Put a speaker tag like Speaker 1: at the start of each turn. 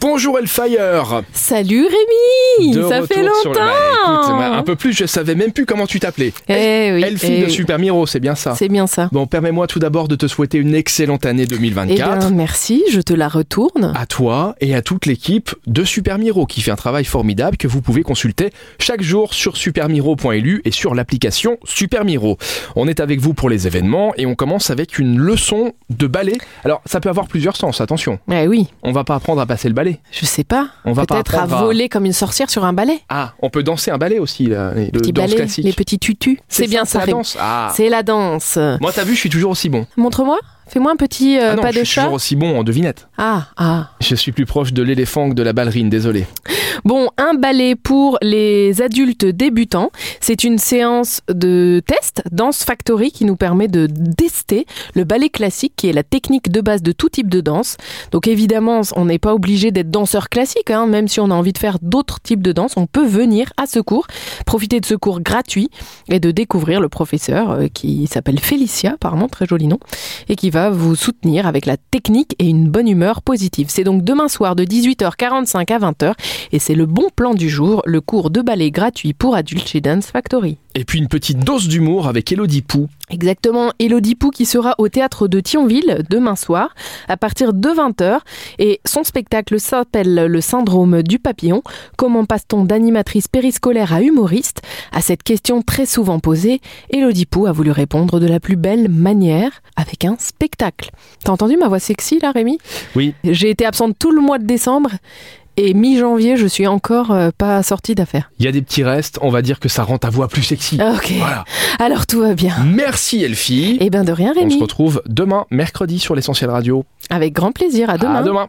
Speaker 1: Bonjour Elfire
Speaker 2: Salut Rémi
Speaker 1: De
Speaker 2: Ça
Speaker 1: retour
Speaker 2: fait
Speaker 1: sur le- Bah, écoute,
Speaker 2: longtemps
Speaker 1: bah, Un peu plus, je savais même plus comment tu t'appelais.
Speaker 2: Eh oui,
Speaker 1: Elfie
Speaker 2: eh
Speaker 1: de
Speaker 2: oui.
Speaker 1: Super Miro, c'est bien ça.
Speaker 2: C'est bien ça.
Speaker 1: Bon, permets-moi tout d'abord de te souhaiter une excellente année
Speaker 2: Eh
Speaker 1: 2024.
Speaker 2: bien, merci, je te la retourne.
Speaker 1: à toi et à toute l'équipe de Super Miro qui fait un travail formidable que vous pouvez consulter chaque jour sur supermiro.lu et sur l'application Super Miro. On est avec vous pour les événements et on commence avec une leçon de ballet. Alors ça peut avoir plusieurs sens, attention.
Speaker 2: Eh oui,
Speaker 1: On va pas apprendre à passer le ballet.
Speaker 2: je sais pas.
Speaker 1: On Ah. va pas
Speaker 2: Peut-être à
Speaker 1: apprendre à-
Speaker 2: voler comme une sorcière sur un ballet.
Speaker 1: Ah, on peut danser un ballet aussi, là, les- le
Speaker 2: Petit
Speaker 1: danse
Speaker 2: ballet,
Speaker 1: classique.
Speaker 2: les petits tutus. C'est bien ça,
Speaker 1: la
Speaker 2: Rémi.
Speaker 1: danse. Ah.
Speaker 2: C'est la danse.
Speaker 1: Moi t'as vu, je suis toujours aussi bon.
Speaker 2: Montre-moi. Fais-moi un petit euh,
Speaker 1: ah non,
Speaker 2: pas
Speaker 1: je
Speaker 2: de
Speaker 1: suis
Speaker 2: chat.
Speaker 1: toujours aussi bon en devinette.
Speaker 2: Ah, ah.
Speaker 1: Je suis plus proche de l'éléphant que de la ballerine, désolé.
Speaker 2: Bon, un ballet pour les adultes débutants. C'est une séance de test Dance Factory qui nous permet de tester le ballet classique qui est la technique de base de tout type de danse. Donc évidemment, on n'est pas obligé d'être danseur classique, hein, même si on a envie de faire d'autres types de danse, on peut venir à ce cours, profiter de ce cours gratuit et de découvrir le professeur euh, qui s'appelle Félicia, apparemment très joli nom, et qui va vous soutenir avec la technique et une bonne humeur positive. C'est donc demain soir de 18h45 à 20h et c'est le bon plan du jour, le cours de ballet gratuit pour adultes chez Dance Factory.
Speaker 1: Et puis une petite dose d'humour avec Elodie Pou.
Speaker 2: Exactement, Elodie Pou qui sera au théâtre de Thionville demain soir à partir de 20h et son spectacle s'appelle Le syndrome du papillon. Comment passe-t-on d'animatrice périscolaire à humoriste À cette question très souvent posée, Elodie Pou a voulu répondre de la plus belle manière avec un spectacle. T'as entendu ma voix sexy là Rémi
Speaker 1: Oui.
Speaker 2: J'ai été absente tout le mois de décembre et mi-janvier je suis encore euh, pas sortie d'affaires.
Speaker 1: Il y a des petits restes, on va dire que ça rend ta voix plus sexy.
Speaker 2: Ok,
Speaker 1: Voilà.
Speaker 2: alors tout va bien.
Speaker 1: Merci Elfie.
Speaker 2: Eh ben de rien
Speaker 1: on se
Speaker 2: Rémi,
Speaker 1: retrouve demain, mercredi, sur l'essentiel radio.
Speaker 2: avec grand plaisir, à demain.
Speaker 1: À demain.